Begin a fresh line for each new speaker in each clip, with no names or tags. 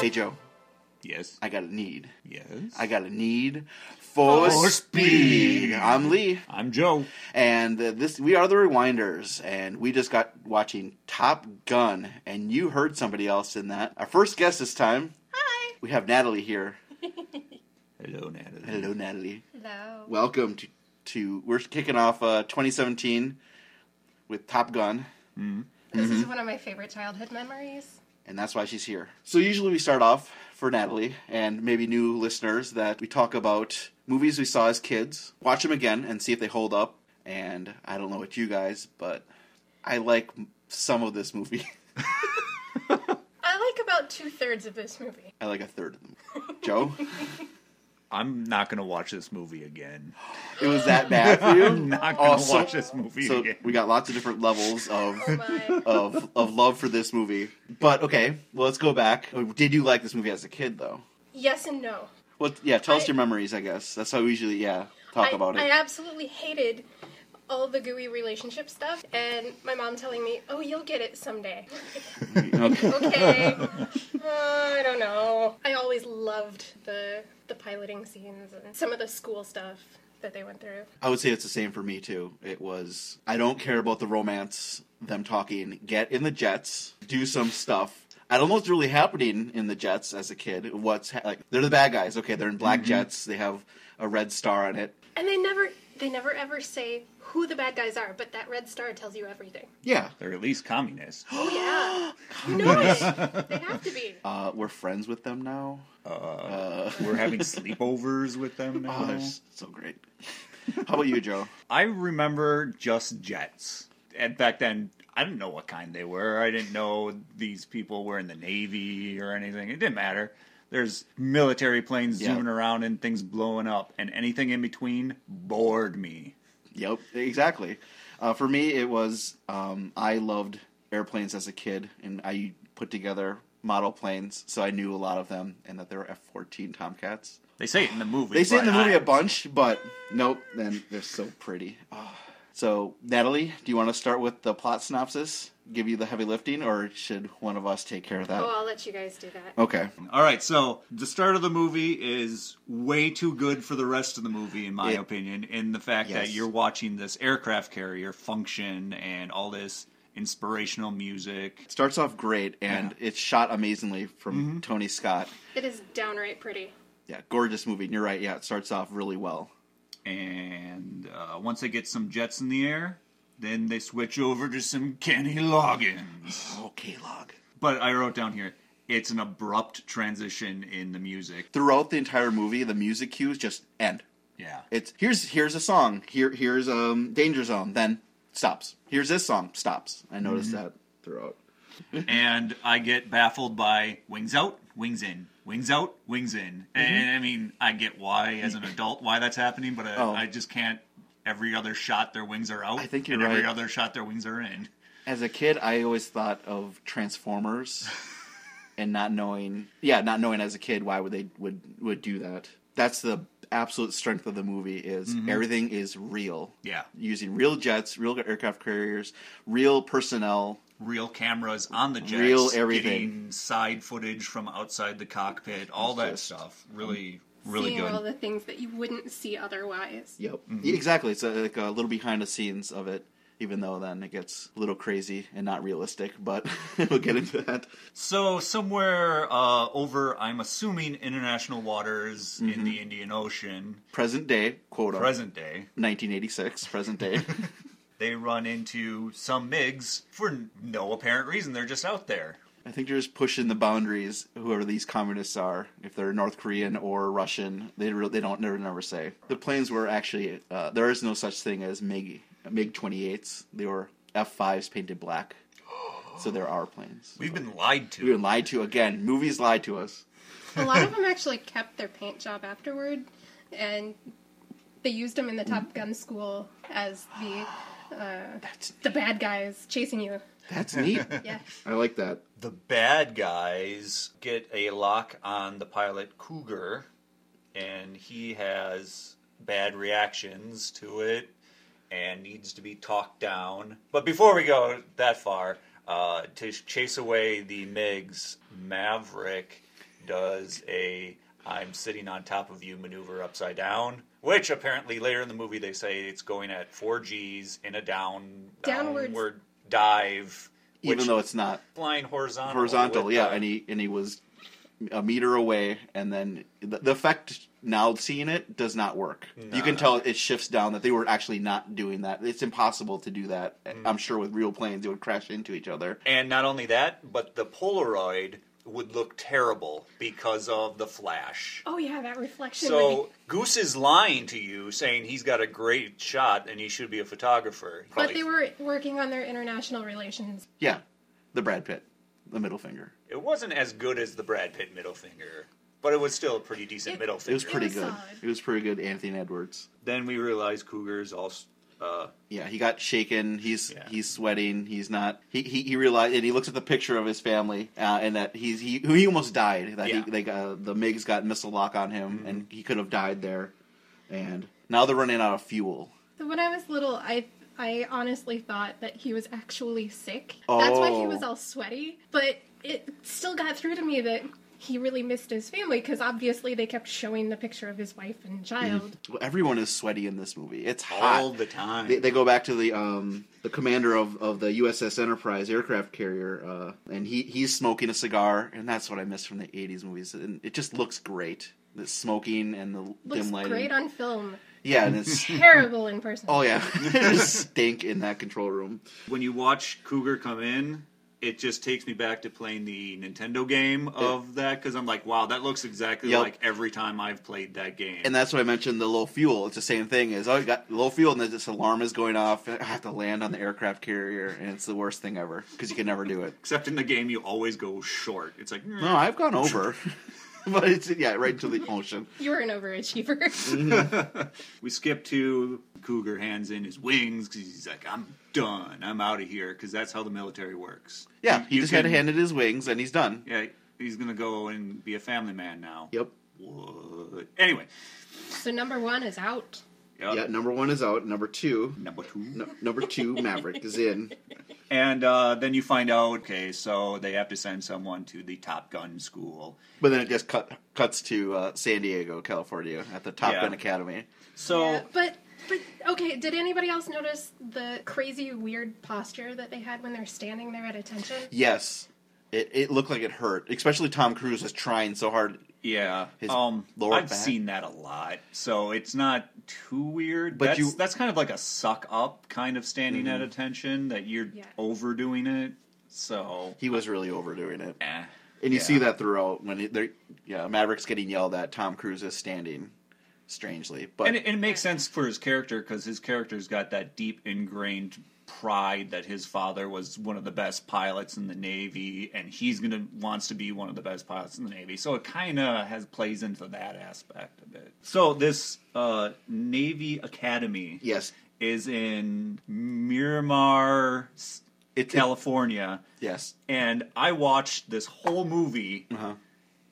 Hey Joe,
Yes.
I got a need.
Yes.
I got a need for,
For
speed.
speed.
I'm Lee,
I'm Joe.
and uh, this we are the Rewinders, and we just got watching Top Gun, and you heard somebody else in that. Our first guest this time,
Hi.
we have Natalie here.
Hello, Natalie.
Hello, Natalie.
Hello.
Welcome to, to we're kicking off uh, 2017 with Top Gun.
This
mm-hmm.
is one of my favorite childhood memories.
and that's why she's here. So usually we start off for Natalie and maybe new listeners that we talk about movies we saw as kids, watch them again and see if they hold up. And I don't know what you guys, but I like m- some of this movie.
I like about two thirds of this movie.
I like a third of them. Joe,
I'm not gonna watch this movie again.
it was that bad for
I'm
you.
not gonna
Also-
watch this movie
So
again.
we got lots of different levels of
Oh my.
of of love for this movie. But okay, well let's go back. Oh, Did you like this movie as a kid though?
yes and no.
Well, yeah, tell us
I-
your memories. I guess that's how we usually yeah talk
I,
about it.
I absolutely hated all the gooey relationship stuff, and my mom telling me, "Oh, you'll get it someday."
Okay.
Okay. Uh, I don't know. I always loved the the piloting scenes and some of the school stuff that they went through.
I would say it's the same for me too. It was I don't care about the romance, them talking, get in the jets, do some stuff. I don't know what's really happening in the jets as a kid. What's ha- like they're the bad guys. Okay, they're in black jets. They have a red star on it.
And they never they never ever say who the bad guys are, but that red star tells you everything.
Yeah.
They're at least communists.
Oh yeah. You know it. They have to be.
Uh, we're friends with them now.
We're having sleepovers with them
Oh,
now.
they're s- so great. How about you, Joe?
I remember just jets. And back then, I didn't know what kind they were. I didn't know these people were in the Navy or anything. It didn't matter. There's military planes
Yeah.
zooming around and things blowing up, and anything in between bored me.
Yep, exactly. Uh, for me, it was um, I loved airplanes as a kid, and I put together model planes, so I knew a lot of them, and that they were F fourteen Tomcats.
They say it in the movie.
They say in the
but
movie
I-
a bunch, but nope. Then they're so pretty. Ah. So, Natalie, do you want to start with the plot synopsis? Give you the heavy lifting, or should one of us take care of that?
Oh, I'll let you guys do that.
Okay.
All right, so the start of the movie is way too good for the rest of the movie, in my
It-
opinion, in the fact that
Yes.
you're watching this aircraft carrier function and all this inspirational music.
Starts off great, and it's shot amazingly from Tony Scott.
It is downright pretty.
Yeah, gorgeous movie. And you're right. Yeah, it starts off really well.
And uh, once they get some jets in the air, then they switch over to some Kenny Loggins.
Oh, K-Log.
But I wrote down here, it's an abrupt transition in the music.
throughout the entire movie, the music cues just end.
Yeah.
It's here's here's a song. Here here's um Danger Zone. Then stops. Here's this song. Stops. I noticed that throughout.
and I get baffled by wings out, wings in, wings out, wings in.
Mm-hmm.
And I mean, I get why as an adult why that's happening, but I,
Oh.
I just can't. Every other shot, their wings are out.
I think you're
and Every
right.
other shot, their wings are in.
As a kid, I always thought of Transformers, and not knowing, yeah, not knowing as a kid why would they would would do that. That's the absolute strength of the movie is everything is real.
Yeah,
Using real jets, real aircraft carriers, real personnel.
real cameras on the jets,
Real everything.
getting side footage from outside the cockpit, all that
Just-
stuff. Really, really
Seeing all
good.
the things that you wouldn't see otherwise.
Yep. Exactly. It's a, like a little behind the scenes of it, even though then it gets a little crazy and not realistic, but we'll get into that.
So somewhere uh, over, I'm assuming international waters
Mm-hmm.
in the Indian Ocean,
Present day, quote unquote.
present day.
1986, present day.
they run into some MiGs for no apparent reason. They're just out there.
I think they're just pushing the boundaries, whoever these communists are, if they're North Korean or Russian. They re- they don't never, never say. The planes were actually, uh, there is no such thing as MiG, MiG 28s. They were F 5s painted black. So there are planes.
We've been lied to.
We've been lied to again. Movies lied to us.
A lot of them actually kept their paint job afterward, and they used them in the Top Gun school as the uh,
That's,
the bad guys chasing you.
that's neat.
Yeah.
I like that.
The bad guys get a lock on the pilot Cougar, and he has bad reactions to it and needs to be talked down. But before we go that far, uh, to chase away the MiGs, Maverick does a I'm sitting on top of you maneuver upside down, which apparently later in the movie they say it's going at four G's in a down
Downwards.
downward dive, which
even though it's not
flying horizontal.
horizontal.
with
Yeah,
the-
and he and he was a meter away, and then the, the effect now seeing it does not work. You can
Nah.
tell it shifts down that they were actually not doing that. It's impossible to do that. I'm sure with real planes, it would crash into each other.
And not only that, but the Polaroid would look terrible because of the flash.
Oh yeah, that reflection. would
So
be,
Goose is lying to you, saying he's got a great shot and he should be a photographer.
but they were working on their international relations.
Yeah, the Brad Pitt, the middle finger.
It wasn't as good as the Brad Pitt middle finger, but it was still a pretty decent
It-
middle
It
finger.
was pretty
was
good.
solid.
It was pretty good. Anthony Edwards.
Then we realized Cougar's also. Uh,
Yeah, he got shaken. He's
Yeah.
he's sweating. He's not. He he, he realized, and he looks at the picture of his family, uh, and that he's he who he almost died. That
Yeah. Mm-hmm.
he, they got, the Migs got missile lock on him, and he could have died there. And now they're running out of fuel.
So when I was little, I I honestly thought that he was actually sick. That's why he
Oh.
was all sweaty. But it still got through to me that he really missed his family because obviously they kept showing the picture of his wife
Mm-hmm.
and child.
Well, everyone is sweaty in this movie. It's hot.
all the time.
they, they go back to the um, the commander of, of the USS Enterprise aircraft carrier, uh, and he, he's smoking a cigar, and that's what I miss from the '80s movies. And it just looks great. The smoking and the
Looks
dim lighting.
great on film,
yeah, and it's
terrible in person.
oh yeah, there's stink in that control room.
when you watch Cougar come in, it just takes me back to playing the Nintendo game of that because I'm like, wow, that looks exactly
Yep.
like every time I've played that game.
And that's what I mentioned the low fuel. It's the same thing as oh, you got low fuel, and then this alarm is going off. I have to land on the aircraft carrier, and it's the worst thing ever because you can never do it.
Except in the game, you always go short. It's like, "Mm,
No, I've gone over, but it's yeah, right into the ocean.
You were an
Mm.
overachiever.
We skip to Cougar hands in his wings because he's like, I'm done. I'm out of here because that's how the military works.
Yeah, he
You
just had
can-
to hand it his wings, and he's done.
Yeah, he's going to go and be a family man now.
Yep.
What? Anyway.
so number one is out.
Yep.
Yeah, number one is out. Number two,
Number two.
no, number two, Maverick is in.
And uh, then you find out, okay, so they have to send someone to the Top Gun school.
But then it just cut, cuts to uh, San Diego, California, at the Top
Yeah.
Gun Academy.
So
Yeah, but but okay, did anybody else notice the crazy weird posture that they had when they're standing there at attention?
Yes, it, it looked like it hurt, especially Tom Cruise was trying so hard.
Yeah,
His
um,
lower
I've
back.
seen that a lot, so it's not too weird.
But
that's,
you- Mm-hmm.
that's kind of like a suck up kind of standing at attention that you're
Yeah.
overdoing it. So,
He was really overdoing it,
eh.
and you
Yeah.
see that throughout when it, they're yeah Maverick's getting yelled at. Tom Cruise is standing strangely, but
and it, and it makes sense for his character because his character's got that deep ingrained pride that his father was one of the best pilots in the Navy, and he's gonna wants to be one of the best pilots in the Navy. So it kind of has plays into that aspect a bit. So this uh, Navy Academy,
yes,
is in Miramar, s-
it, it
California,
yes.
and I watched this whole movie
Uh-huh.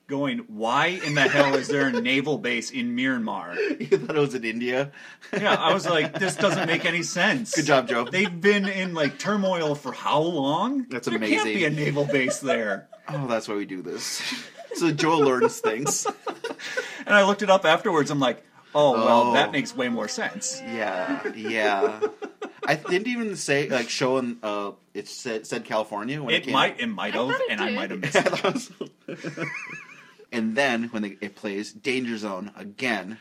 going, why in the hell is there a naval base in Miramar?
You thought it was in India.
Yeah, I was like, this doesn't make any sense.
Good job, Joe.
They've been in like turmoil for how long?
That's
there
amazing.
Can't be a naval base there.
Oh, that's why we do this. So Joe learns things.
And I looked it up afterwards. I'm like, oh well,
Oh.
that makes way more sense.
Yeah, yeah. I didn't even say like showing. Uh, it said, said California when it,
It
came
might, it might
I
have,
thought it
and I
did.
might have missed.
Yeah, that was- and then when they, it plays Danger Zone again,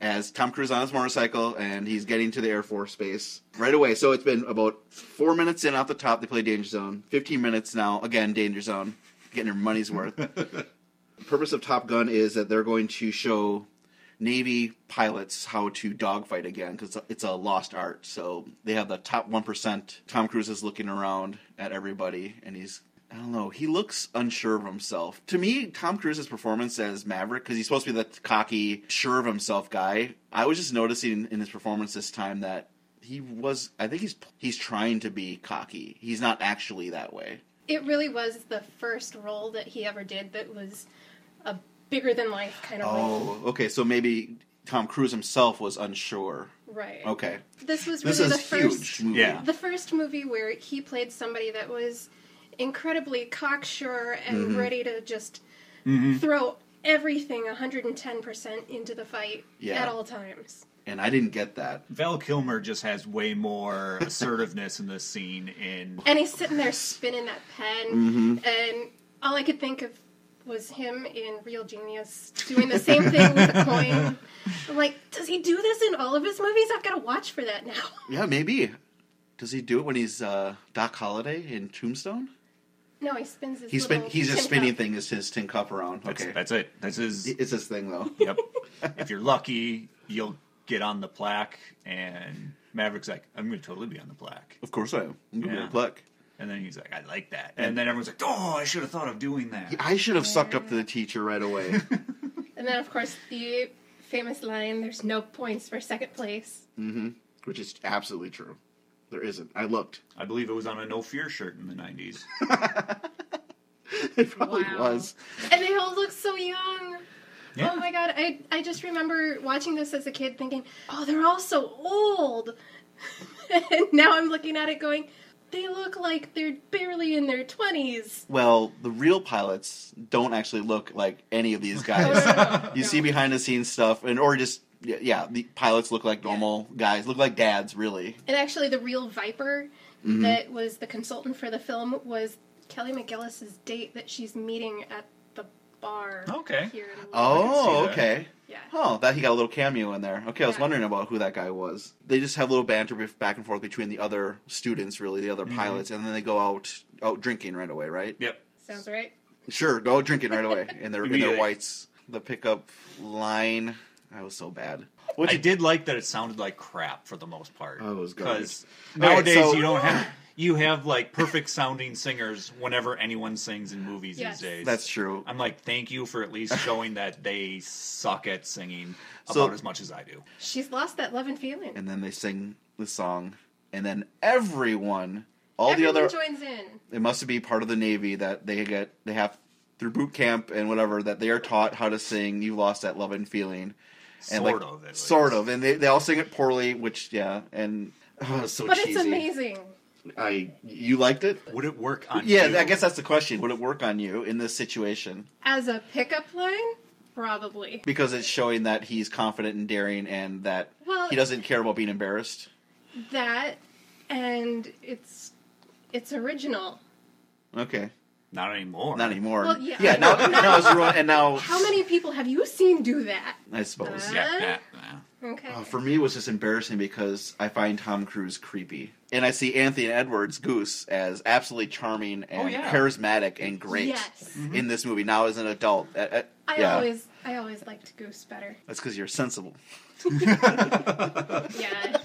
as Tom Cruise on his motorcycle and he's getting to the Air Force base right away. So it's been about four minutes in off the top. They play Danger Zone. Fifteen minutes now. Again, Danger Zone. Getting your money's worth. the purpose of Top Gun is that they're going to show Navy pilots how to dogfight again because it's a lost art. So they have the top one percent. Tom Cruise is looking around at everybody, and he's I don't know. He looks unsure of himself. To me, Tom Cruise's performance as Maverick, because he's supposed to be the cocky, sure of himself guy. I was just noticing in his performance this time that he was. I think he's he's trying to be cocky. He's not actually that way.
It really was the first role that he ever did that was a bigger than life kind of role.
Oh, okay. So maybe Tom Cruise himself was unsure.
Right.
Okay,
This was really
this is
the first
huge. Movie.
Yeah.
the first movie where
Mm-hmm.
he played somebody that was incredibly cocksure and ready to just throw everything 110% into the fight
Yeah.
at all times.
and I didn't get that.
Val Kilmer just has way more assertiveness in this scene. In
And he's sitting there spinning that pen, and all I could think of was him in Real Genius doing the same thing with the coin. I'm like, does he do this in all of his movies? I've got to watch for that now.
Yeah, maybe. Does he do it when he's uh, Doc Holliday in Tombstone?
No, he spins his.
He's spin.
little
He's just
tin
spinning
cup.
thing is his tin cup around.
that's,
Okay,
that's it. That's his.
it's his thing though.
yep. If you're lucky, you'll get on the plaque. And Maverick's like, I'm going to totally be on the plaque.
Of course I am. I'm gonna be
Yeah.
a pluck.
And then he's like, I like that. And then everyone's like, Oh, I should have thought of doing that.
I should have sucked up to the teacher right away.
And then, of course, the famous line: "There's no points for second place."
which is absolutely true. There isn't. I looked.
I believe it was on a No Fear shirt in the 90s.
It probably
Wow.
was.
And they all look so young.
Yeah.
Oh my god, I I just remember watching this as a kid thinking, "Oh, they're all so old." and now I'm looking at it going, "They look like they're barely in their 20s."
Well, the real pilots don't actually look like any of these
No, no,
guys.
no, no.
you see behind the scenes stuff, and or just yeah, yeah, the pilots look like normal guys. Look like dads, really.
And actually the real Viper
Mm-hmm.
that was the consultant for the film was Kelly McGillis's date that she's meeting at the bar.
Okay.
Here in
Oh,
that.
okay.
Yeah.
Oh, that he got a little cameo in there. Okay, I was
Yeah.
wondering about who that guy was. They just have a little banter bef- back and forth between the other students, really, the other
Mm-hmm.
pilots, and then they go out out drinking right away, right?
Yep.
Sounds right.
Sure, go drinking right away in their in their
Immediately.
whites. The pickup line, I was so bad. What
I did like that it sounded like crap for the most part.
Oh, it was garbage.
Because
All right,
nowadays
so-
you don't have you have like perfect sounding singers whenever anyone sings in movies
Yes.
these days.
That's true.
I'm like, thank you for at least showing that they suck at singing
So-
about as much as I do.
She's lost that love and feeling.
And then they sing the song, and then everyone, all
Everyone
the other,
joins in.
it must be part of the Navy that they get they have through boot camp and whatever that they are taught how to sing. You lost that love and feeling, and
Sort of, at least.
sort of, and they they all sing it poorly, which yeah, and oh, it's so
But
cheesy.
it's amazing.
I you liked it.
Would it work on
Yeah,
you?
I guess that's the question. Would it work on you in this situation?
As a pickup line, probably.
because it's showing that he's confident and daring and that
Well-
he doesn't care about being embarrassed.
That and it's it's original.
Okay,
not anymore.
not anymore.
Well, yeah.
now, now it's ruined, and now
How many people have you seen do that?
I suppose.
Uh,
Yeah, that- yeah.
Okay.
Uh, for me, it was just embarrassing because I find Tom Cruise creepy, and I see Anthony Edwards Goose as absolutely charming and
Oh, yeah.
charismatic and great
Yes. Mm-hmm.
in this movie. Now as an adult, uh, uh,
I
yeah,
always I always liked Goose better.
that's because you're sensible.
Yeah.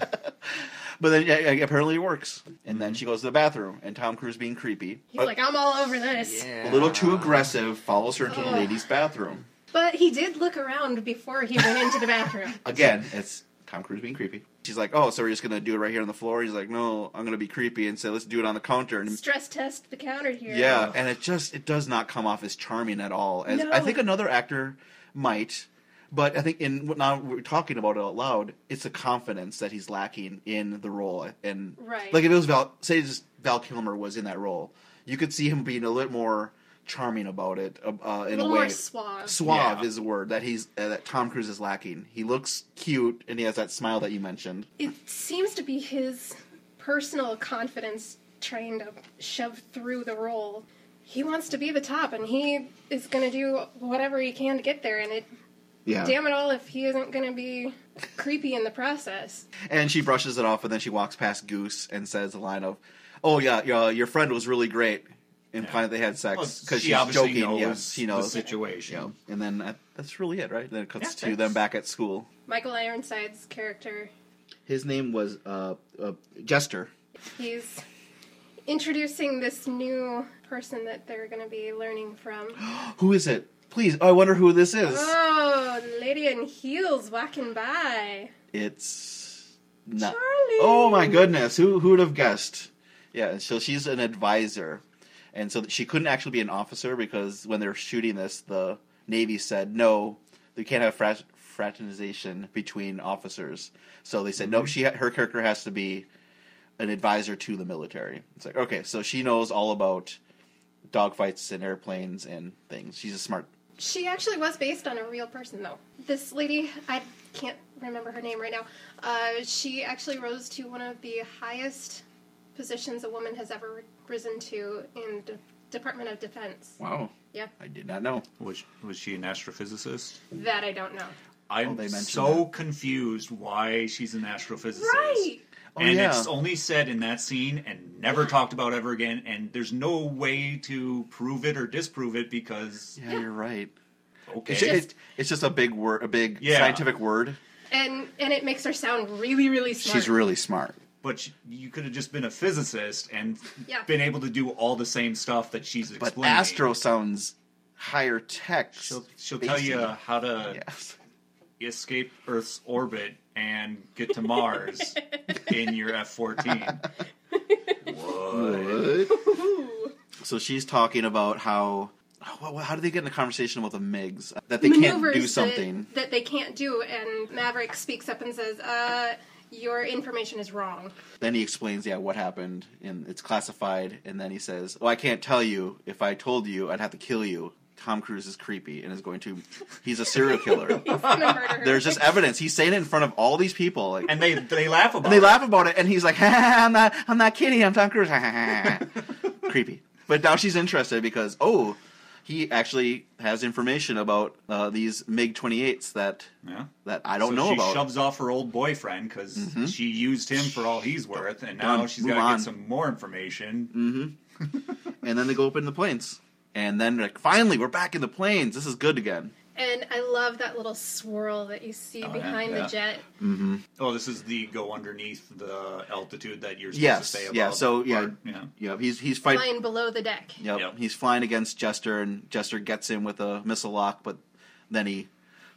But then yeah, yeah, apparently it works, and then she goes to the bathroom, and Tom Cruise being creepy,
Mm-hmm. He's
uh,
like, I'm all over this.
a little too aggressive, follows her to the
Ugh.
ladies' bathroom.
But he did look around before he went into the bathroom.
again, it's Tom Cruise being creepy. She's like, "Oh, so we're just gonna do it right here on the floor?" He's like, "No, I'm gonna be creepy and say let's do it on the counter." And
Stress test the counter here.
yeah, and it just it does not come off as charming at all. As
No.
I think another actor might, but I think in what now we're talking about it out loud, it's a confidence that he's lacking in the role. And
Right.
like if it was Val, say just Val Kilmer was in that role, you could see him being a little more charming about it uh, uh,
A
in a,
little
way
more suave.
suave
Yeah.
is the word that he's uh, that Tom Cruise is lacking. He looks cute and he has that smile that you mentioned.
it seems to be his personal confidence trying to shove through the role. He wants to be the top, and he is going to do whatever he can to get there. And it,
Yeah.
damn it all, if he isn't going to be creepy in the process.
And she brushes it off and then she walks past Goose and says a line of, "Oh yeah, your, your friend was really great." Implying that they had
Well,
sex
she
because she's
obviously
joking.
knows
yes, she knows.
the situation.
Yeah. And then uh, that's really it, right? Then it
Yeah,
cuts to
thanks.
them back at school.
Michael Ironside's character,
His name was uh, uh, Jester.
he's introducing this new person that they're going to be learning from.
Who is it? Please, I wonder who this is.
Oh, lady in heels walking by.
It's not.
Charlie!
Oh my goodness, who who would have guessed? Yeah, so she's an advisor, and so she couldn't actually be an officer because when they were shooting this, the Navy said no, they can't have frat- fraternization between officers. So they said no, she her character has to be an advisor to the military. It's like okay, so she knows all about dogfights and airplanes and things. She's a smart
She actually was based on a real person, though. This lady, I can't remember her name right now. Uh, she actually rose to one of the highest positions a woman has ever risen to in the Department of Defense.
Wow.
Yeah,
I did not know.
Was was she an astrophysicist?
that I don't know.
I'm
Oh, they mentioned
so confused why she's an astrophysicist.
Right.
Oh,
and
yeah.
it's only said in that scene and never talked about ever again. And there's no way to prove it or disprove it because
Yeah, you're right.
okay,
It's, it, it's just a big word, a big
Yeah.
scientific word.
And and it makes her sound really, really smart.
She's really smart.
but sh- you could have just been a physicist and
Yeah.
been able to do all the same stuff that she's
But
explaining.
Astro sounds higher tech.
she'll, she'll tell you uh, how to
Yes.
escape Earth's orbit and get to Mars in your F-14.
Ooh.
So she's talking about how. How, how do they get in a conversation about the MIGs? Uh, That they
maneuvers
can't do
that-
something.
That, they can't do, and Maverick speaks up and says, uh, "Your information is wrong."
Then he explains, yeah, what happened, and it's classified. And then he says, "Oh, I can't tell you. If I told you, I'd have to kill you." Tom Cruise is creepy and is going to. He's a serial killer.
He's gonna murder her.
There's just evidence. He's saying it in front of all these people, like, and,
And they they laugh about
they
it.
laugh about it. And he's like, "Ha, ha, ha, "I'm not, I'm not kidding. I'm Tom Cruise." Ha, ha, ha, ha. creepy. But now she's interested because oh, he actually has information about uh, these MiG 28s that
Yeah.
that I don't
so
know
she
about.
shoves off her old boyfriend because she used him for all he's worth, and now
Done.
she's
Move
got to
on. Mm.
get some more information.
and then they go up in the planes. And then like finally we're back in the planes. This is good again.
and I love that little swirl that you see
yeah,
behind
yeah.
the jet.
Oh, this is the go underneath the altitude that you're supposed
Yes,
to stay above.
yeah, so, yeah.
Or- yeah.
Yep, he's he's fighting.
Flying below the deck.
Yep,
Yep.
he's flying against Jester, and Jester gets him with a missile lock, but then he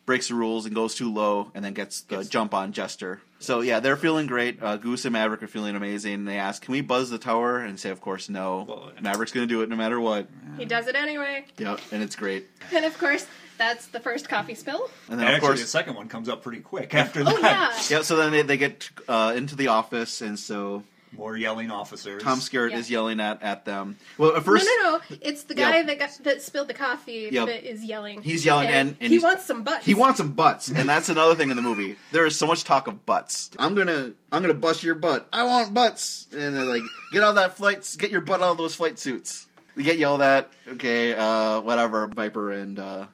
breaks the rules and goes too low, and then gets the jump on Jester. So yeah, they're feeling great. Uh, Goose and Maverick are feeling amazing. And they ask, "Can we buzz the tower?" And say, "Of course, no."
Well, yeah.
Maverick's going to do it no matter what.
He does it anyway.
Yep, and it's great.
And of course, that's the first coffee spill.
And
And
then of
actually,
course,
the second one comes up pretty quick after
Oh yeah.
that.
yeah. So then they, they get uh, into the office, and so
More yelling officers.
Tom Skerritt
Yeah.
is yelling at at them. Well, at first,
no, no, no! It's the guy
Yeah.
that got, that spilled the coffee
Yeah.
that is yelling.
He's yelling and- and
he
he's-
wants some butts.
He wants some butts, and that's another thing in the movie. There is so much talk of butts. I'm gonna, I'm gonna bust your butt. I want butts, and they're like, get out of that flight, get your butt out of those flight suits. They get yelled at. Okay, uh, whatever. Viper and uh,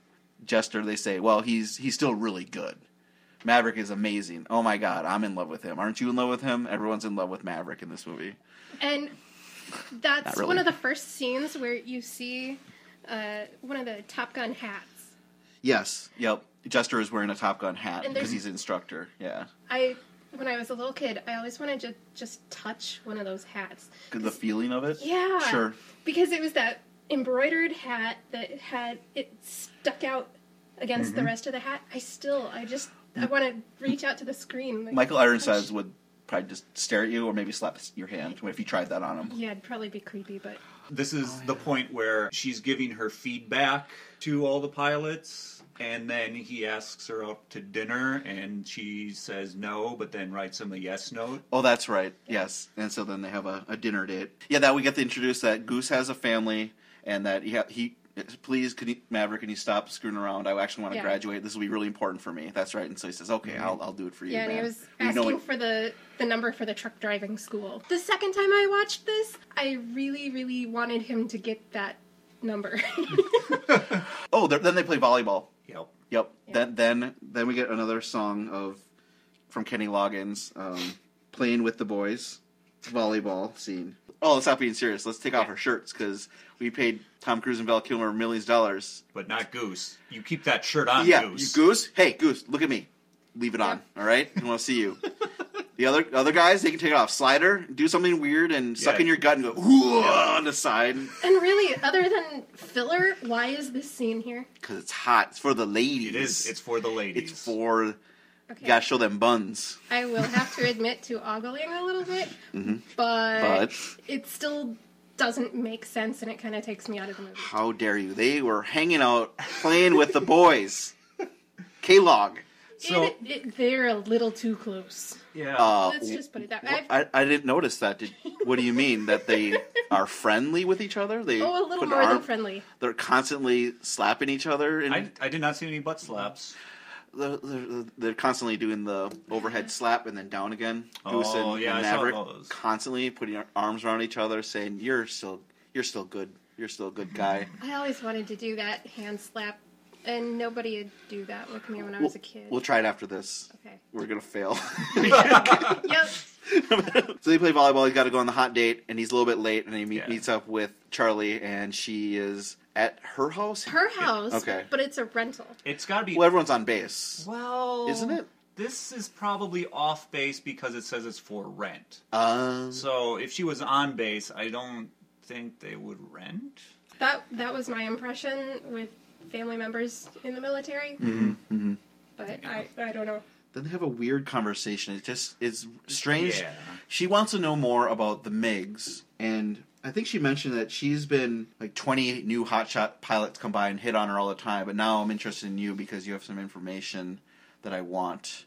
Jester, they say, well, he's he's still really good. Maverick is amazing. Oh my god, I'm in love with him. Aren't you in love with him? Everyone's in love with Maverick in this movie.
And that's
Not really.
one of the first scenes where you see uh, one of the Top Gun hats.
Yes. Yep. Jester is wearing a Top Gun hat
And
because
there's-
he's an instructor. Yeah.
I, when I was a little kid, I always wanted to just touch one of those hats.
The feeling of it.
Yeah.
Sure.
Because it was that embroidered hat that had it stuck out against
Mm-hmm.
the rest of the hat. I still, I just, I want to reach out to the screen. Like,
Michael Ironsides would probably just stare at you or maybe slap your hand if you tried that on him.
Yeah, it'd probably be creepy, but
This is
Oh,
the point where she's giving her feedback to all the pilots, and then he asks her out to dinner, and she says no, but then writes him a yes note.
Oh, that's right. Yes. And so then they have a, a dinner date. Yeah, that we get to introduce that Goose has a family and that he, ha- he please, can you, Maverick, can you stop screwing around? I actually want to
Yeah.
graduate. This will be really important for me. That's right. And so he says, okay, I'll, I'll do it for you.
Yeah, and he
man."
was
You know
asking
it-
for the the number for the truck driving school. The second time I watched this, I really, really wanted him to get that number.
oh, they're- then they play volleyball.
Yep.
Yep. Then then then we get another song of from Kenny Loggins, um, playing with the boys, volleyball scene. Oh, let's not being serious. Let's take off our shirts because we paid Tom Cruise and Val Kilmer millions of dollars.
But not Goose. You keep that shirt on,
yeah,
Goose.
You goose. Hey, goose, look at me. Leave it on. All right, I want to see you. the other other guys, they can take it off. Slider, do something weird and suck
Yeah.
in your gut and go ooh on the side
and really, other than filler, why is this scene here?
because it's hot. It's for the ladies.
It is. It's for the ladies.
It's for.
Okay.
You gotta show them buns.
I will have to admit to ogling a little bit, but,
Mm-hmm. But
it still doesn't make sense and it kind of takes me out of the movie.
How dare you? They were hanging out playing with the boys. K-Log.
So-
it, it, they're a little too close.
Yeah.
Uh,
Let's just put it that
wh-
way.
I, I didn't notice that. Did, what do you mean that they are friendly with each other? They
Oh, a little
put an
more than
arm-
friendly.
They're constantly slapping each other, and
I, I did not see any butt slaps.
they're, they're, they're constantly doing the
Uh-huh.
overhead slap and then down again. Goose
Oh,
and,
yeah,
and
I saw
Maverick
those.
constantly putting their arms around each other, saying, "You're still, you're still good. You're still a good guy."
I always wanted to do that hand slap, and nobody would do that with me when I
We'll,
was a kid.
we'll try it after this.
okay.
We're gonna fail.
Yep.
so they play volleyball. He's got to go on the hot date, and he's a little bit late, and he meet,
Yeah.
meets up with Charlie, and she is at her house.
Her house,
Okay.
but it's a rental.
It's got to be.
Well, everyone's on base.
Well,
Isn't it?
This is probably off base because it says it's for rent.
Um,
So if she was on base, I don't think they would rent.
That that was my impression with family members in the military.
Mm-hmm,
But I, I don't know.
then they have a weird conversation. It just is strange.
Yeah.
She wants to know more about the MiGs, and I think she mentioned that she's been like 20 new hotshot pilots come by and hit on her all the time. But now I'm interested in you because you have some information that I want.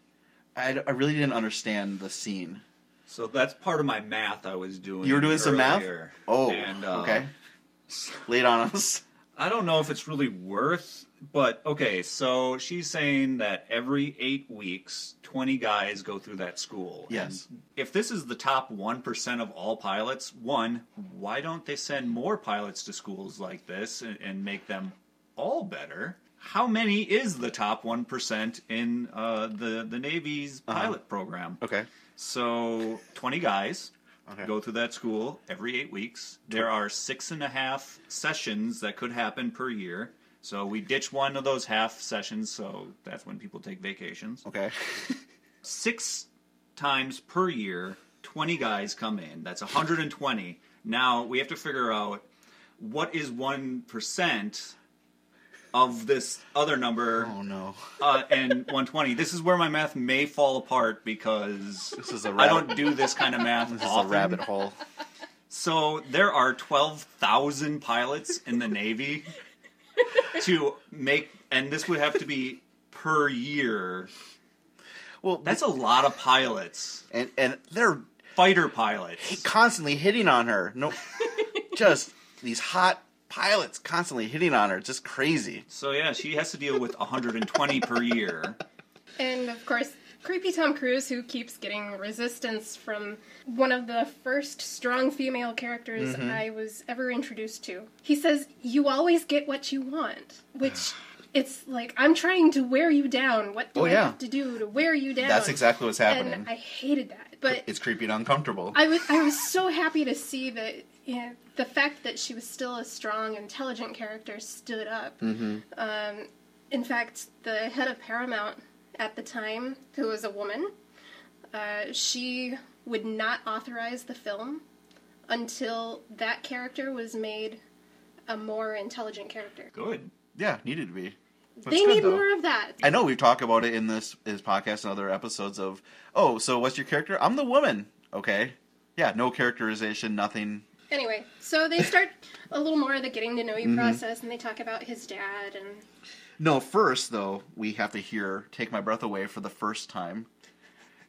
I, I really didn't understand the scene.
So that's part of my math I was doing.
You were doing some math.
earlier.
Oh,
And, uh,
okay. Late on us.
I don't know if it's really worth, but okay, so she's saying that every eight weeks, 20 guys go through that school.
Yes.
And if this is the top 1% of all pilots, one, why don't they send more pilots to schools like this and, and make them all better? How many is the top 1% in uh, the, the Navy's pilot program?
Okay.
So 20 guys
Okay.
go through that school every eight weeks. There are six and a half sessions that could happen per year. So we ditch one of those half sessions. So that's when people take vacations.
Okay.
Six times per year, 20 guys come in. That's 120. Now we have to figure out what is 1% of this other number
Oh no.
uh, and 120. This is where my math may fall apart because
This is a
I
rabbit.
don't do this kind of math
this is a
often.
rabbit hole.
So there are 12,000 pilots in the Navy to make, and this would have to be per year.
Well,
That's a lot of pilots,
and and they're
fighter pilots.
constantly hitting on her. No, just these hot pilots constantly hitting on her. It's just crazy.
So yeah, she has to deal with 120 per year.
And of course, creepy Tom Cruise, who keeps getting resistance from one of the first strong female characters
Mm-hmm.
I was ever introduced to. He says, "You always get what you want," which it's like I'm trying to wear you down. What do
Oh,
I
yeah.
have to do to wear you down?
That's exactly what's happening.
And I hated that, but
it's creepy and uncomfortable.
I was I was so happy to see that you know, the fact that she was still a strong, intelligent character stood up. Um, in fact, the head of Paramount at the time, who was a woman, uh, she would not authorize the film until that character was made a more intelligent character.
Good.
yeah, needed to be. But
they
it's good,
need
though.
more of that.
I know we talk about it in this, this podcast and other episodes of, oh, so what's your character? I'm the woman. Okay. Yeah, no characterization, nothing.
Anyway, so they start a little more of the getting to know you process, and they talk about his dad and
No, first, though, we have to hear Take My Breath Away for the first time.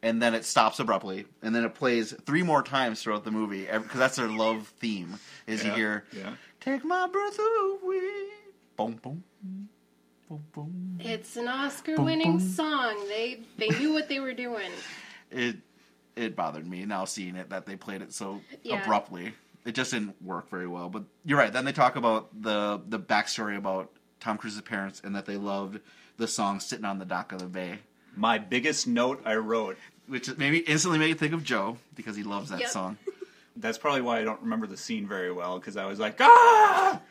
And then it stops abruptly. And then it plays three more times throughout the movie. Because that's their love theme, is you
Yeah,
hear,
yeah.
Take my breath away. Boom, boom. Boom, boom.
It's an Oscar-winning
Boom, boom.
song. They they knew what they were doing.
It, it bothered me now seeing it that they played it so
Yeah.
abruptly. It just didn't work very well. But you're right. Then they talk about the, the backstory about Tom Cruise's parents and that they loved the song Sitting on the Dock of the Bay.
My biggest note I wrote.
which made me instantly made me think of Joe because he loves that
Yep.
song.
That's probably why I don't remember the scene very well because I was like, ah!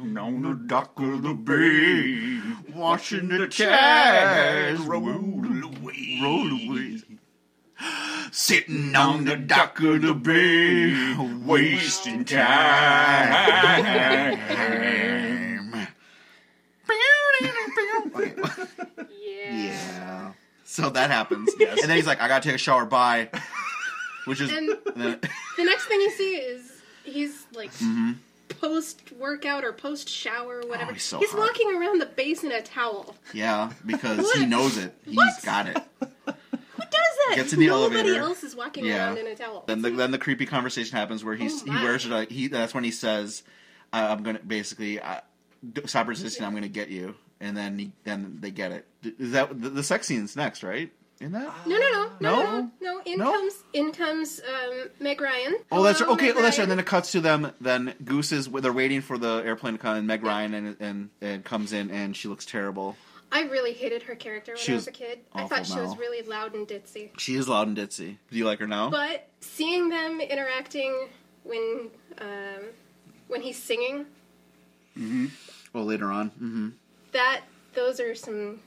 No, no,
Dock of the
Bay.
washing the
Chad,
chairs,
roll away.
roll away. Sitting on the dock of the bay, wasting time. Okay,
Yeah.
yeah. So that happens.
Yes.
And then he's like, I gotta take a shower, bye. Which is.
And
then-
the next thing you see is he's like post workout or post shower, whatever.
Mm-hmm. Oh, he's so hot.
walking around the base in a towel.
Yeah, because he
What?
knows it. He's
What?
got it.
Who does that?
Gets in the
Nobody
elevator.
else is walking
Yeah.
around in a towel.
Then the, then the creepy conversation happens where he's
Oh,
he
my.
wears it. uh, He that's when he says, I, "I'm gonna basically I, d- stop resisting. I'm gonna get you." And then he, then they get it. D- Is that the, the sex scene's next, right? In that?
no, no, no, no,
No?
no, no. In
No?
comes in comes um, Meg Ryan.
Oh, that's right.
Hello,
okay.
Meg
Oh, that's right.
Ryan.
And then it cuts to them. Then Goose is they're waiting for the airplane to come, and Meg Ryan and and, and comes in, and she looks terrible.
I really hated her character when
She
I
was
was a kid. I
awful
thought she was
now.
really loud and ditzy.
She is loud and ditzy. Do you like her now?
But seeing them interacting when um, when he's singing,
well, later on. hmm
that those are some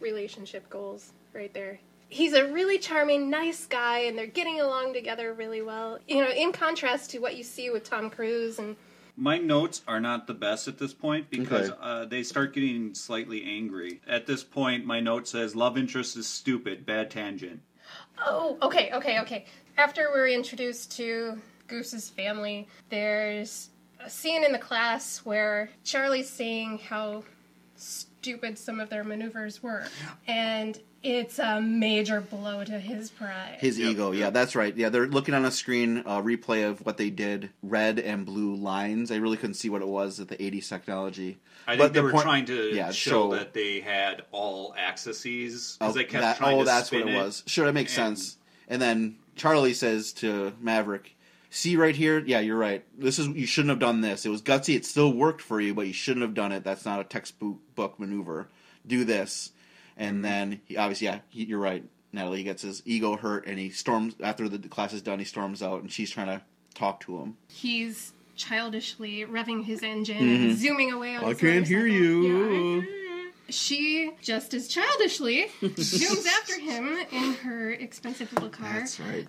relationship goals right there. He's a really charming, nice guy, and they're getting along together really well. You know, in contrast to what you see with Tom Cruise and
My notes are not the best at this point because
Okay.
uh, they start getting slightly angry. At this point, my note says love interest is stupid, bad tangent.
Oh, okay, okay, okay. After we're introduced to Goose's family, there's a scene in the class where Charlie's saying how stupid some of their maneuvers were. And it's a major blow to his pride.
His ego. Yeah, that's right. Yeah, they're looking on a screen uh, replay of what they did. Red and blue lines. I really couldn't see what it was at the '80s technology.
I think
But
they
the
were
point-
trying to
yeah,
show
so-
that they had all accesses
Oh,
because they kept
that-
trying
oh,
to
that's
spin
what it, was. Sure, that makes
and-
sense. And then Charlie says to Maverick, "See right here? Yeah, you're right. This is you shouldn't have done this. It was gutsy. It still worked for you, but you shouldn't have done it. That's not a textbook book maneuver. Do this."
Mm-hmm.
And then he obviously, yeah, he, you're right. Natalie he gets his ego hurt, and he storms after the class is done. He storms out, and she's trying to talk to him.
He's childishly revving his engine and zooming away on
Mm-hmm. I
his
can't hear
motorcycle.
you.
Yeah, I know. she just as childishly zooms after him in her expensive little car,
right.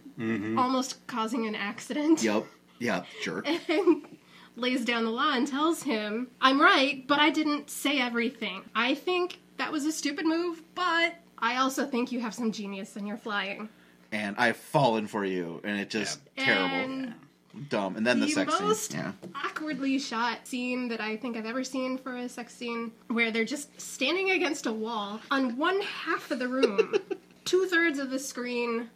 almost causing an accident.
Yep. Yeah, jerk.
and lays down the law and tells him, I'm right, but I didn't say everything. I think that was a stupid move, but I also think you have some genius and you're flying.
And I've fallen for you, and it just terrible,
And
dumb. And then the,
the
sex
most
scene. Yeah.
awkwardly shot scene that I think I've ever seen for a sex scene, where they're just standing against a wall on one half of the room. Two thirds of the screen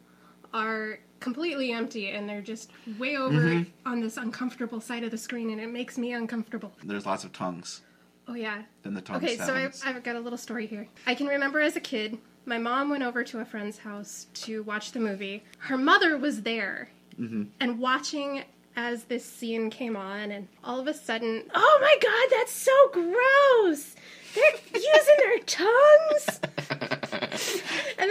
are completely empty, and they're just way over
Mm-hmm.
on this uncomfortable side of the screen, and it makes me uncomfortable.
There's lots of tongues.
Oh, yeah.
Then the tongue
Okay, so I,
sounds.
I've got a little story here. I can remember as a kid, my mom went over to a friend's house to watch the movie. Her mother was there and watching as this scene came on, and all of a sudden, oh my god, that's so gross! They're using their tongues, and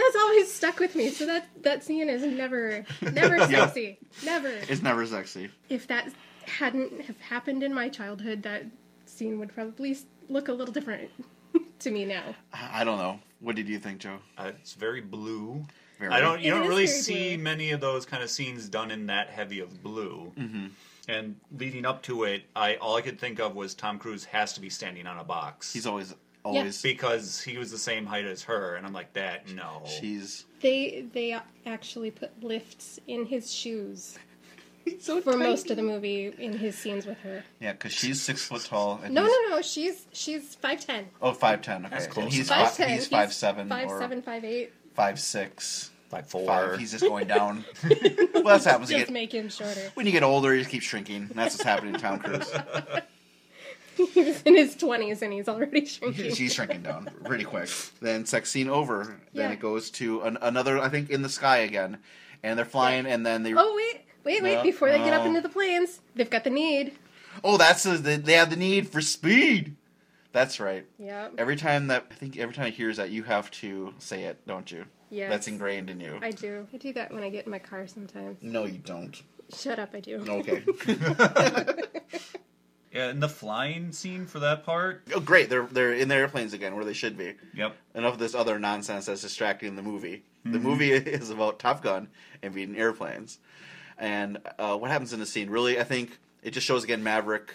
that's always stuck with me. So that that scene is never, never sexy, never.
It's never sexy.
If that hadn't have happened in my childhood, that scene would probably s- look a little different to me now.
I I don't know. What did you think, Joe?
Uh, it's very blue.
Very.
I don't. You
It
don't
is
really
very
see
blue.
many of those kind of scenes done in that heavy of blue. Mm-hmm. And leading up to it, I all I could think of was Tom Cruise has to be standing on a box.
He's always, always.
because he was the same height as her, and I'm like that. No,
She's.
They they actually put lifts in his shoes. for most of the movie in his scenes with her.
Yeah, because she's six foot tall. And
No,
he's,
no, no. She's she's five ten.
Oh, five ten. Okay.
That's close
And he's
enough.
five, he's five seven
Five
or
seven, five eight.
five six.
like four.
Five. He's just going down. well, that's happens. You
Just
get,
make him shorter.
when you get older, you just keep shrinking. That's what's happening to Tom Cruise.
He's in his twenties and he's already shrinking.
She's shrinking down pretty quick. Then sex scene over. Then
Yeah.
it goes to an, another. I think in the sky again, and they're flying, and then they.
Oh wait, wait, wait!
No,
Before they get up
no.
into the planes, they've got the need.
Oh, that's the, they have the need for speed. That's right.
Yep.
Every time that I think every time it hears that, you have to say it, don't you?
Yes.
That's ingrained in you.
I do. I do that when I get in my car sometimes.
No, you don't.
Shut up, I do.
Okay.
Yeah, and the flying scene for that part.
oh, great. They're they're in the airplanes again, where they should be.
Yep.
Enough of this other nonsense that's distracting the movie. The movie is about Top Gun and beating airplanes. And uh, what happens in the scene? Really, I think it just shows again Maverick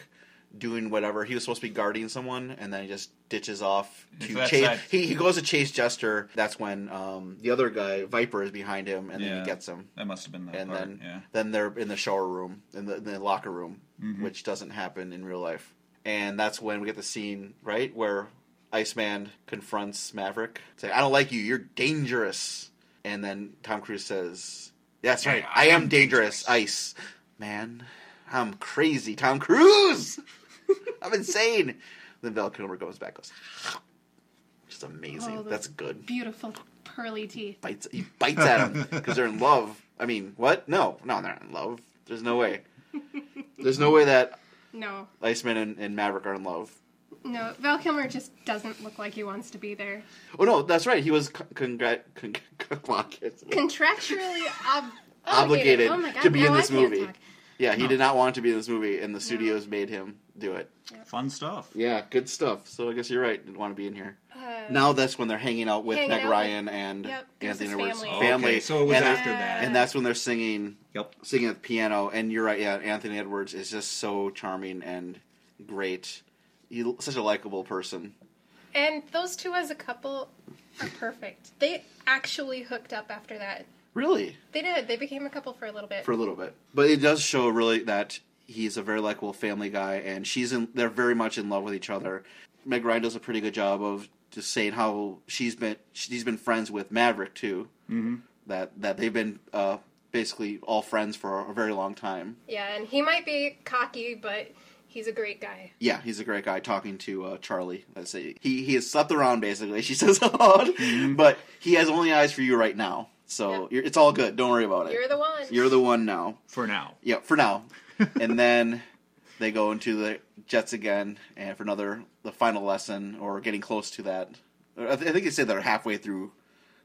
doing whatever. He was supposed to be guarding someone, and then he just ditches off
Into
to
that
chase.
side.
He, he goes to chase Jester. That's when um, the other guy, Viper, is behind him, and then
Yeah.
he gets him.
That must have been that
And
part.
then,
yeah.
then they're in the shower room, in the, in the locker room,
Mm-hmm.
which doesn't happen in real life. And that's when we get the scene, right, where Iceman confronts Maverick, saying, "I don't like you. You're dangerous." And then Tom Cruise says, "That's right. I am dangerous, Ice Man. I'm crazy, Tom Cruise. I'm insane." then Val Kilmer goes back, goes, "Just amazing.
Oh, the-
that's good."
Beautiful pearly teeth.
bites he bites at him because they're in love. I mean, what? No, no, they're not in love. There's no way. There's no way that
No,
Iceman and, and Maverick are in love.
no. Val Kilmer just doesn't look like he wants to be there.
Oh no, that's right. He was con- congrat con- con- con-
Contractually ob-
Obligated
obligated, oh my God,
to be
now
in
I
this
can't
movie.
talk.
Yeah, he did not want to be in this movie, and the studios made him do it.
Fun stuff.
Yeah, good stuff. So I guess you're right. Didn't want to be in here.
Uh,
Now that's when they're hanging out with
Hanging
Meg
out with-
Ryan and
Yep, it was
Anthony
his
Edwards'
family.
family.
Oh, Okay, so it was
and,
after
Yeah.
that.
and that's when they're singing
yep.
singing at the piano, and you're right. Yeah, Anthony Edwards is just so charming and great. He's such a likable person.
And those two as a couple are perfect. They actually hooked up after that.
Really,
They did. They became a couple for a little bit.
for a little bit, but it does show really that he's a very likable family guy, and she's in. They're very much in love with each other. Meg Ryan does a pretty good job of just saying how she's been. She's been friends with Maverick too. Mm-hmm. That that they've been uh, basically all friends for a very long time.
yeah, and he might be cocky, but he's a great guy.
Yeah, he's a great guy. Talking to uh, Charlie, let's say he he has slept around basically. She says a lot,
Mm-hmm.
but he has only eyes for you right now. So
Yep.
you're, it's all good. Don't worry about it.
You're the one.
You're the one now.
For now.
Yeah, for now. and then they go into the Jets again, and for another the final lesson or getting close to that. Or I, th- I think they say they're halfway through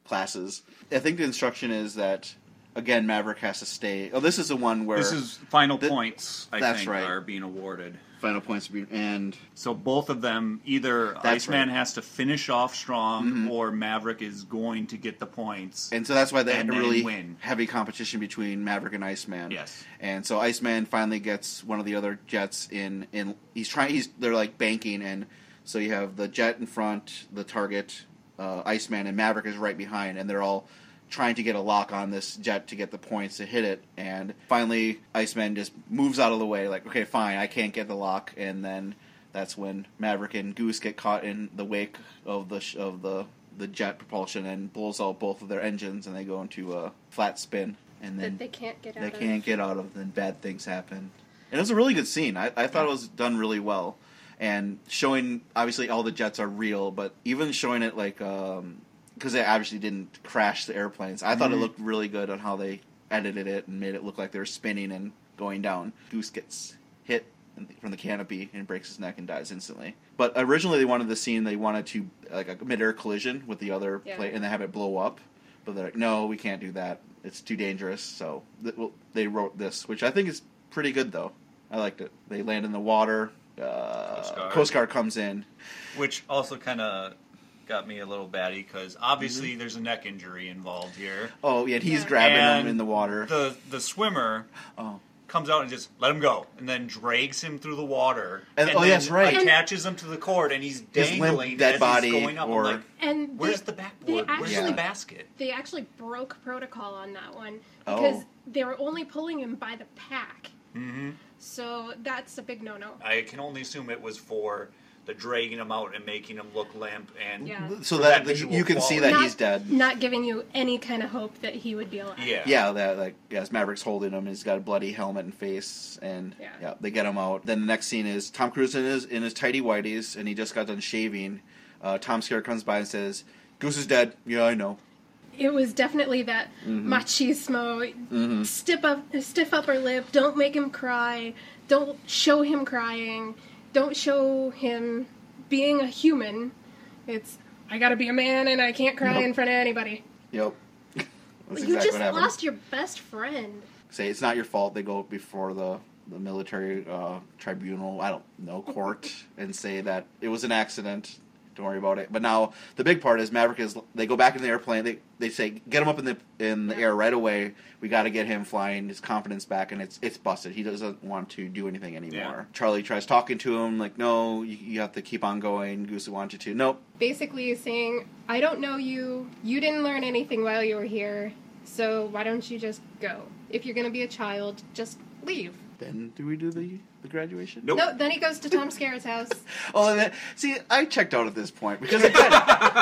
classes. I think the instruction is that again Maverick has to stay. Oh, this is the one where
This is final
Th-
points, I
that's
think,
right.
are being awarded.
final points to be- and
So both of them, either
That's
Iceman
right. Mm-hmm.
has to finish off strong or Maverick is going to get the points.
And so that's why they had
And
a
then
really
win.
heavy competition between Maverick and Iceman.
Yes.
And so Iceman finally gets one of the other jets in in he's trying he's they're like banking and so you have the jet in front, the target, uh, Iceman and Maverick is right behind and they're all trying to get a lock on this jet to get the points to hit it and finally Iceman just moves out of the way like okay fine I can't get the lock and then that's when Maverick and Goose get caught in the wake of the sh- of the the jet propulsion and blows out both of their engines, and they go into a flat spin, and then
that they can't get out
they
of.
can't get out of. Then bad things happen, and it was a really good scene. I, I thought it was done really well, and showing obviously all the jets are real, but even showing it like um, because they obviously didn't crash the airplanes. I
Mm-hmm.
thought it looked really good on how they edited it and made it look like they were spinning and going down. Goose gets hit in- from the canopy and breaks his neck and dies instantly. But originally they wanted the scene they wanted to like a mid-air collision with the other
Yeah.
plane and they have it blow up. But they're like, no, we can't do that. It's too dangerous. So th- well, they wrote this, which I think is pretty good though. I liked it. They land in the water. Uh, Coast,
Coast Guard.
Guard. comes in.
Which also kind of got me a little batty because obviously
Mm-hmm.
there's a neck injury involved here.
Oh, yeah, and he's
Yeah.
grabbing
And
them in the water.
The the swimmer
oh.
comes out and just let him go, and then drags him through the water.
And- oh,
then
yes, right.
Attaches him to the cord, and he's
limp,
dangling
dead
as
body,
he's going up. I'm
or-
like,
And
where's
they,
the backboard?
they
Where's
actually-
the basket?
they actually broke protocol on that one
Oh.
because they were only pulling him by the pack. Mm-hmm. So that's a big no-no.
I can only assume it was for the dragging him out and making him look limp and
Yeah.
So
for
that,
that visual
you can see that
quality.
he's dead.
Not giving you any kind of hope that he would be alive.
yeah.
Yeah, that like yes, Maverick's holding him. He's got a bloody helmet and face, and yeah.
Yeah.
they get him out. Then the next scene is Tom Cruise in his in his tidy whities, and he just got done shaving. Uh, Tom Scare comes by and says, "Goose is dead." Yeah, I know.
It was definitely that
Mm-hmm.
machismo, stiff up, stiff upper lip. Don't make him cry. Don't show him crying. Don't show him being a human. It's I gotta be a man and I can't cry in front of anybody.
Yep. That's
you just lost your best friend.
Say it's not your fault. They go before the the military uh, tribunal. I don't know court and say that it was an accident. Don't worry about it. But now the big part is Maverick is they go back in the airplane. They they say get him up in the in the air right away. We got to get him flying his confidence back, and it's it's busted. He doesn't want to do anything anymore.
Yeah.
Charlie tries talking to him like, no, you, you have to keep on going. Goose wants you to. Nope.
Basically, he's saying, I don't know you. You didn't learn anything while you were here. So why don't you just go? If you're going to be a child, just leave.
Then do we do the the graduation?
Nope.
No, then he goes to Tom Skerritt's house.
Oh, and then, see, I checked out at this point because again,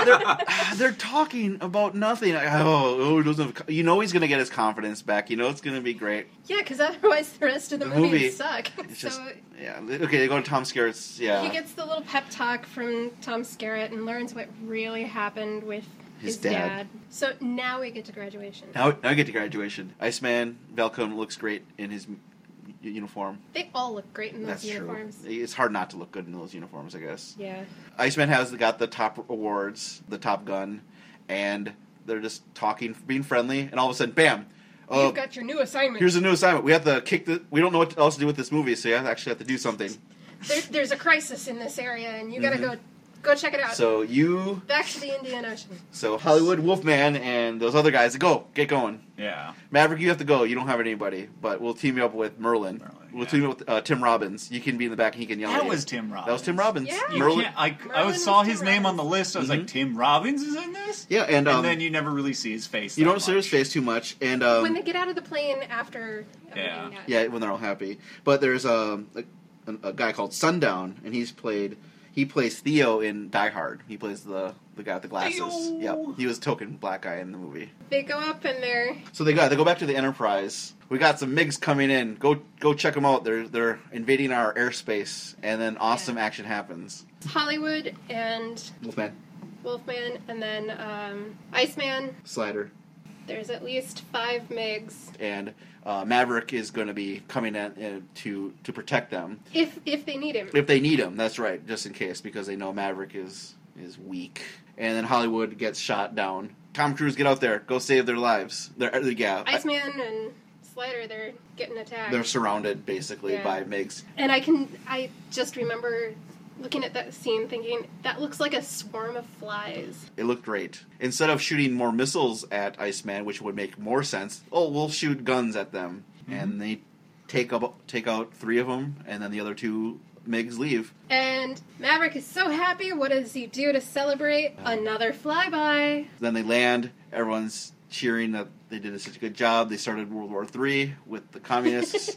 they're, they're talking about nothing. Like, oh, oh, he doesn't have, co- you know he's gonna get his confidence back. You know it's gonna be great.
Yeah, because otherwise the rest of the,
The
movies
movie,
suck.
It's
so
just yeah. Okay, they go to Tom Skerritt's. Yeah,
he gets the little pep talk from Tom Skerritt and learns what really happened with
His
his,
dad.
dad. So now we get to graduation.
now, now we get to graduation. Iceman Velcom looks great in his m- u- uniform.
They all look great in those
That's
uniforms.
true. It's hard not to look good in those uniforms, I guess.
Yeah.
Iceman has got the top awards, the Top Gun, and they're just talking, being friendly, and all of a sudden, bam! Oh,
You've got your new assignment.
Here's a new assignment. We have to kick the. We don't know what else to do with this movie, so you have to actually have to do something.
There, there's a crisis in this area, and you gotta go go check it out.
Mm-hmm. So you,
Back to the Indian Ocean.
so Hollywood Wolfman and those other guys, go get going.
Yeah.
Maverick, you have to go. You don't have anybody, but we'll team you up with Merlin.
Merlin,
we'll
yeah.
team you up with uh, Tim Robbins. You can be in the back and he can yell. at
That
you.
was Tim Robbins.
That was Tim Robbins.
Yeah.
You
Merlin. Mm-hmm.
can't, I, I
Merlin
was,
was
saw
Tim
his name on the list. I was like, Tim Robbins is in this?
Yeah, and, um,
and then you never really see his face.
You
that
don't see his
much.
face too much, and
when they
um,
get out of the plane after. everything
Oh. Yeah.
got-
yeah, when they're all happy. But there's um, a, a, a guy called Sundown, and he's played. He plays Theo in Die Hard. He plays the the guy with the glasses.
Theo.
Yep, he was a token black guy in the movie.
They go up and they're.
So they got they go back to the Enterprise. We got some MIGs coming in. Go go check them out. They're they're invading our airspace, and then awesome
Yeah.
action happens.
it's Hollywood and
Wolfman,
Wolfman, and then um, Iceman.
Slider,
There's at least five MiGs.
and uh, Maverick is going to be coming in uh, to to protect them
If if they need him.
if they need him. That's right, just in case because they know Maverick is is weak. And then Hollywood gets shot down. Tom Cruise, get out there, go save their lives. They're yeah,
Iceman and Slider, they're getting attacked.
they're surrounded basically
Yeah.
by MIGs.
And I can, I just remember looking at that scene thinking, that looks like a swarm of flies.
It looked great. Instead of shooting more missiles at Iceman, which would make more sense, oh, we'll shoot guns at them, and they take up take out three of them, and then the other two MIGs leave.
And Maverick is so happy. What does he do to celebrate? Another flyby.
Then they land. Everyone's cheering that they did such a good job. They started World War Three with the communists.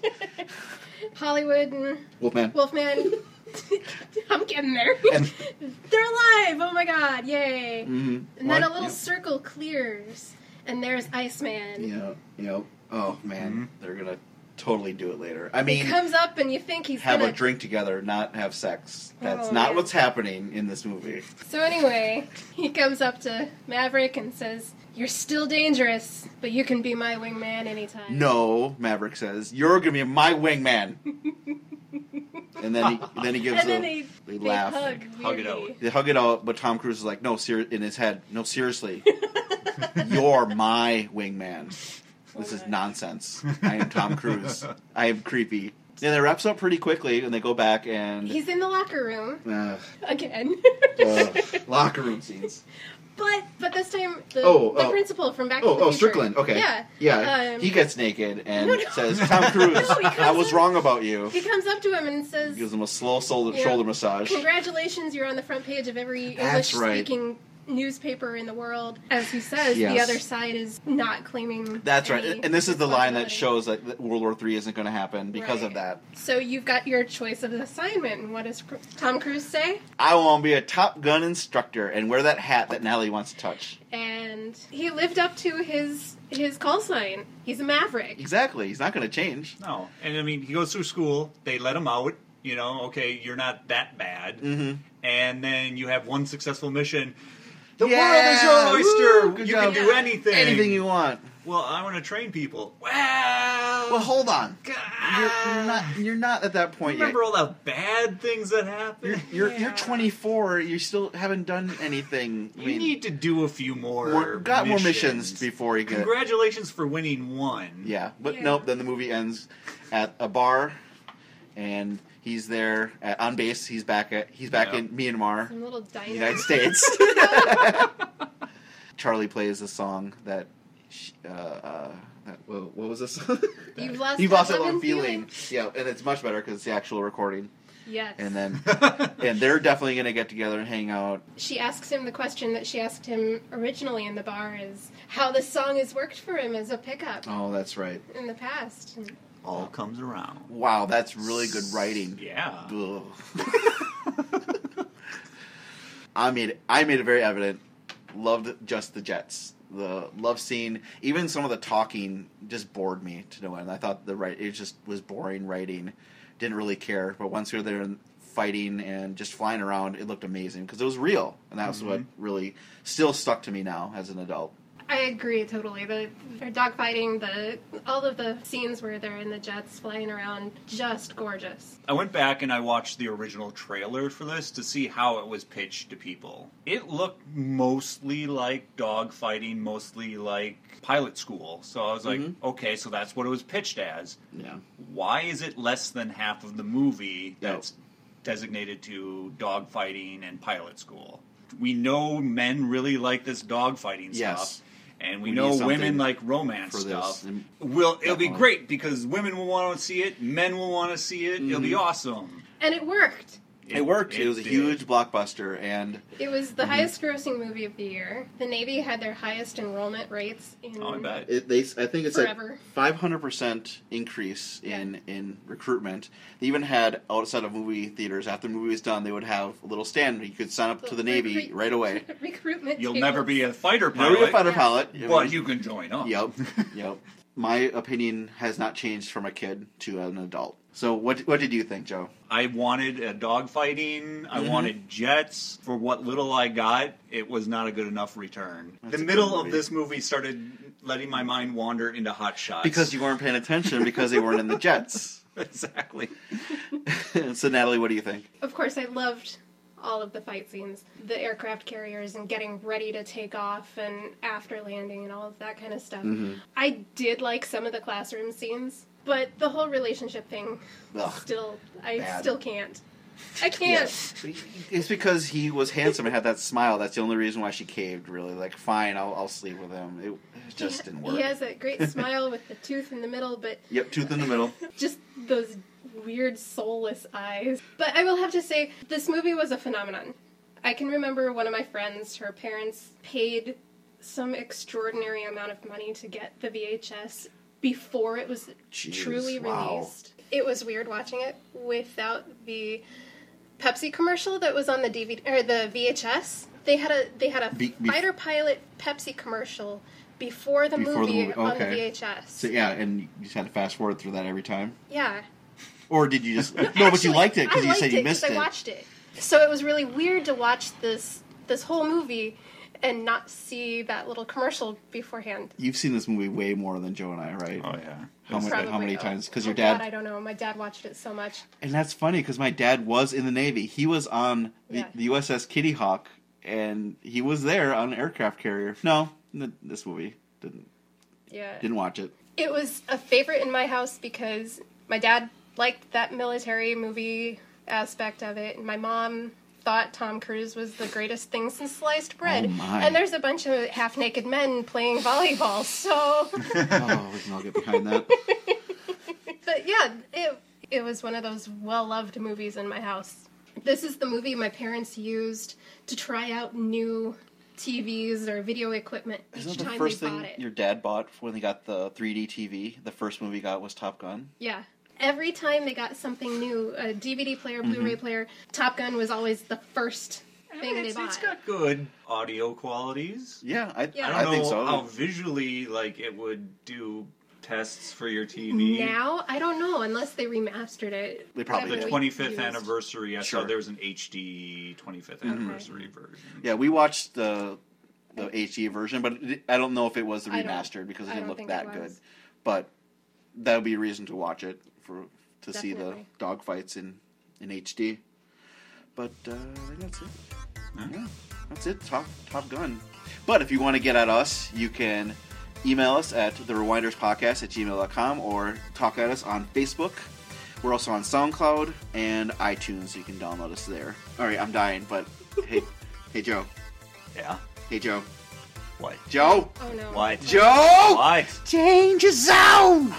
Hollywood and
Wolfman.
Wolfman. I'm getting there.
And-
They're alive! Oh my god, yay!
Mhm.
And then a
What?
little circle clears, and there's Iceman.
Yeah, you know. Oh man, they're gonna totally do it later. I
He
mean,
comes up, and you think he's
have
gonna.
a drink together, not have sex. That's
Oh,
not
man.
what's happening in this movie.
So anyway, he comes up to Maverick and says, "You're still dangerous, but you can be my wingman anytime."
No, Maverick says, "You're gonna be my wingman." and then he, then he gives
And
a,
then they,
they
they,
laugh.
hug.
hug it
weirdly.
They hug it out, but Tom Cruise is like, "No, ser- in his head, no, seriously, you're my wingman. This is nonsense. I am Tom Cruise. I am creepy." Yeah, that wraps up pretty quickly, and they go back and
He's in the locker room
Ugh,
again,
ugh. uh, locker room scenes.
but but this time the,
Oh,
the
oh.
principal from Back
Oh,
to the
oh,
Future.
Strickland. Okay,
Yeah, Um,
he gets naked and
No, no.
says, "Tom Cruise,
he
I was
comes-
wrong about you."
He comes up to him and says,
Gives him a slow shoulder,
Yeah.
shoulder massage.
"Congratulations, you're on the front page of every
That's right.
English-speaking." Newspaper in the world, as he says, the
Yes.
other side is not claiming.
That's right.
any
And this is the line that
responsibility.
shows that that World War III isn't going to happen because of
Right.
that.
So you've got your choice of assignment, and what does Cr- Tom Cruise say?
I want to be a Top Gun instructor and wear that hat that Natalie wants to touch.
And he lived up to his his call sign. He's a maverick.
Exactly. He's not going to change.
No, and I mean, he goes through school. They let him out. You know, okay, you're not that bad.
Mhm.
And then you have one successful mission. The
Yeah!
world is your
Woo!
oyster.
Good
you
job.
can do anything.
Anything you want.
Well, I want to train people. Wow.
Well, hold on.
God.
You're not. You're not at that point yet.
Remember all the bad things that
You're
happened?
you're, you're
Yeah.
24. You still haven't done anything. I
You
mean,
need to do a few more.
more, got more missions
before.
before you get.
Congratulations for winning one.
Yeah, but
Yeah.
nope. Then the movie ends at a bar, and He's there at, on base. He's back at he's back
Yeah.
in Myanmar,
Some little diner.
United States. Charlie plays a song that. She, uh, uh, that whoa, what was this?
You've lost
You've
that
lost that
loving
loving feeling. Yeah, and it's much better because it's the actual recording.
Yes.
And then and they're definitely gonna get together and hang out.
She asks him the question that she asked him originally in the bar is how this song has worked for him as a pickup
Oh, that's right.
in the past. And
All comes around.
Wow, that's really good writing.
Yeah.
Ugh. I made I made it very evident. Loved just the Jets. The love scene, even some of the talking, just bored me to no end. I thought the right it just was boring writing. Didn't really care. But once we were there and fighting and just flying around, it looked amazing because it was real, and that was what really still stuck to me now as an adult.
I agree totally. The their dogfighting, the all of the scenes where they're in the jets flying around, just gorgeous.
I went back and I watched the original trailer for this to see how it was pitched to people.
It looked
Mostly like dogfighting, mostly like pilot school. So I was like,
Mhm.
okay, so that's what it was pitched as.
Yeah,
Why is it less than half of the movie
No.
that's designated to dogfighting and pilot school? We know men really like this dogfighting
Yes.
stuff. And
We
we,
need
know
something
women like romance
for this.
stuff.
And-
Will it'll be
Definitely.
great because women will want to see it, men will want to see it. It'll be awesome.
And it worked.
Mm-hmm. it, worked. It, was a
did.
huge blockbuster, and
It was
Mm-hmm.
the highest grossing movie of the year. The Navy had their highest enrollment rates in
Oh, I bet.
It, they, I think it's a
Forever.
five hundred percent increase in in recruitment. They even had outside of movie theaters after the movie was done, they would have a little stand where you could sign up to the Navy
recruit-
right away.
recruitment.
You'll
tables.
never be a fighter pilot,
Never a fighter
Yeah.
pilot,
but you can join up.
Yep, yep. My opinion has not changed from a kid to an adult. So what what did you think, Joe?
I wanted a dogfighting. I
Mhm.
wanted jets. For what little I got, it was not a good enough return.
That's a
the
good
middle
movie.
of this movie started letting my mind wander into hot shots.
Because you weren't paying attention because they weren't in the Jets.
exactly.
so Natalie, what do you think?
Of course, I loved all of the fight scenes, the aircraft carriers and getting ready to take off and after landing and all of that kind of stuff.
Mm-hmm.
I did like some of the classroom scenes, but the whole relationship thing
Ugh.
still I
Bad.
still can't. I can't.
Yes, It's because he was handsome and had that smile. That's the only reason why she caved, really. Like, fine, I'll, I'll sleep with him. It, it just
He-
didn't work.
He has that great smile with the tooth in the middle, but
Yep, tooth in the middle.
just those weird soulless eyes. But I will have to say, this movie was a phenomenon. I can remember one of my friends, her parents paid some extraordinary amount of money to get the VHS before it was
Jeez,
truly
wow.
released. It was weird watching it without the Pepsi commercial that was on the DVD or the VHS. They had a they had a
Be- be-
fighter pilot Pepsi commercial before the
Before the
movie
movie,
on the
okay.
VHS.
So, yeah, and you just had to fast forward through that every time?
yeah.
Or did you just. No, but you
Actually,
liked it because
I
you said
liked
you
it 'cause
missed it.
I watched it, so it was really weird to watch this this whole movie and not see that little commercial beforehand.
You've seen this movie way more than Joe and I, right?
Oh yeah.
How many,
Probably
how many
a-
times? Because
a
your dad.
lot, I don't know. My dad watched it so much.
And that's funny because my dad was in the Navy. He was on the,
Yeah.
the USS Kitty Hawk, and he was there on an aircraft carrier. No, n- this movie didn't
Yeah,
didn't watch it.
it was a favorite in my house because my dad liked that military movie aspect of it, and my mom thought Tom Cruise was the greatest thing since sliced bread.
Oh, my.
And there's a bunch of half naked men playing volleyball, so.
oh, we can all get behind that.
But yeah, it it was one of those well loved movies in my house. This is the movie my parents used to try out new TVs or video equipment each
Isn't that the
time
first
they
thing
bought it.
your dad bought when he got the 3D TV? The first movie he got was Top Gun.
Yeah. Every time they got something new, a DVD player,
Mm-hmm.
Blu-ray player, Top Gun was always the first thing
It's-
they bought.
it's got good audio qualities.
Yeah, I,
Yeah.
I,
I don't know
think so.
how visually like it would do tests for your TV.
now I don't know unless they remastered it.
They probably
Whatever
did.
we
25th
used.
anniversary. I
Sure.
saw there was an HD 25th anniversary version.
Yeah, we watched the the HD version, but it- I don't know if it was the
I don't-
remastered because it
I
didn't look
don't think
that
it
good.
was.
But that would be a reason to watch it for to see the
Definitely.
dog fights in in HD. But uh, I think that's it. Yeah, that's it. Top Top Gun. But if you want to get at us, you can email us at the rewinderspodcast at gmail.com or talk at us on Facebook. We're also on SoundCloud and iTunes. You can download us there. All right, I'm dying, but hey, hey Joe,
Yeah.
hey Joe,
What?
Joe,
Oh no.
What?
Joe,
What?
change your zone.